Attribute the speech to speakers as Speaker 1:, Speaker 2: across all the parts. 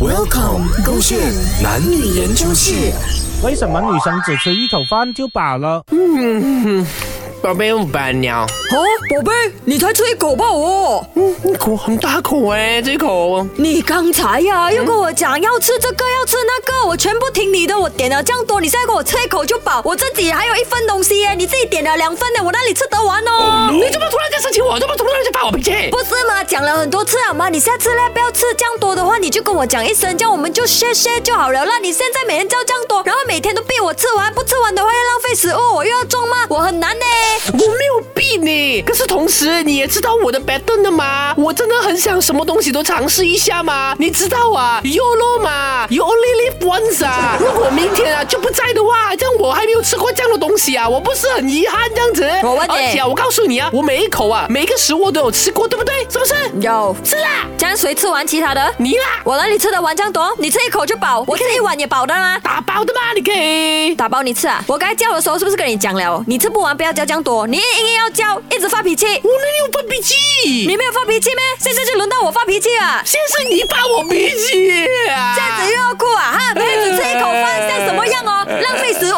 Speaker 1: Welcome，勾线男女研究室。
Speaker 2: 为什么女生只吃一口饭就饱了？
Speaker 3: 宝贝，我把鸟，
Speaker 4: 啊，宝贝，你才吃一口吧哦！
Speaker 3: 嗯，口很大口哎，这口
Speaker 4: 你刚才呀、又跟我讲要吃这个要吃那个，我全部听你的，我点了这样多，你现在给我吃一口就饱，我自己还有一份东西耶，你自己点了两份呢，我哪里吃得完哦？
Speaker 3: 你怎么突然间生气我？怎么突然间发我脾气？
Speaker 4: 不是嘛，讲了很多次了嘛，你下次呢不要吃这样多的话，你就跟我讲一声，这样我们就 share share 就好了啦。你现在每天叫这样多，然后每天都逼我吃完，不吃完的话要浪费食物，我又要种吗？我很难呢。
Speaker 3: 我没有病呢，可是同时你也知道我的 b a t 的嘛，我真的很想什么东西都尝试一下嘛，你知道啊，YOLO 嘛，You only live once 啊，如果明天啊就不在的话，这样我还没有吃过这样的东西啊，我不是很遗憾这样子？
Speaker 4: 我问你
Speaker 3: 而且啊，我告诉你啊，我每一口啊，每一个食物都有吃过，对不对？是不是？
Speaker 4: 有，
Speaker 3: 是啦，
Speaker 4: 这样谁吃完其他的？
Speaker 3: 你啊啦，
Speaker 4: 我哪里吃得完这样多？你吃一口就饱，我吃一碗也饱的啦。
Speaker 3: 打包的嘛，你可以。
Speaker 4: 打包你吃啊！我刚才叫的时候是不是跟你讲了？你吃不完不要叫这样多，你硬硬要叫，一直发脾气。
Speaker 3: 我哪里有发脾气？
Speaker 4: 你没有发脾气咩？现在就轮到我发脾气啊了，
Speaker 3: 先生，你发我脾气啊！
Speaker 4: 这样子又要哭啊哈！每天只吃一口饭，像什么样哦？浪费食物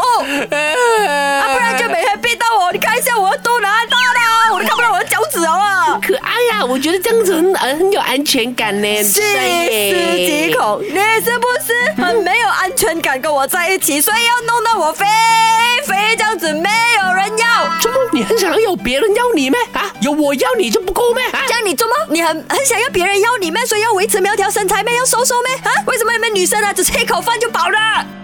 Speaker 4: 啊！不然就每天逼到我，你看一下我的肚腩大了，我都看不到我的脚趾了啊！
Speaker 3: 可爱呀、我觉得这样子很很有安全感呢。
Speaker 4: 四十几口，你是不是很没有安全感跟我在一起，所以要弄得我肥肥这样子，没有人要。
Speaker 3: 怎么你很想要有别人要你咩？啊，有我要你就不够咩？啊
Speaker 4: 这，样你做吗？你很很想要别人要你咩？所以要维持苗条身材咩？要瘦瘦咩？啊？为什么你们女生啊只吃一口饭就饱了？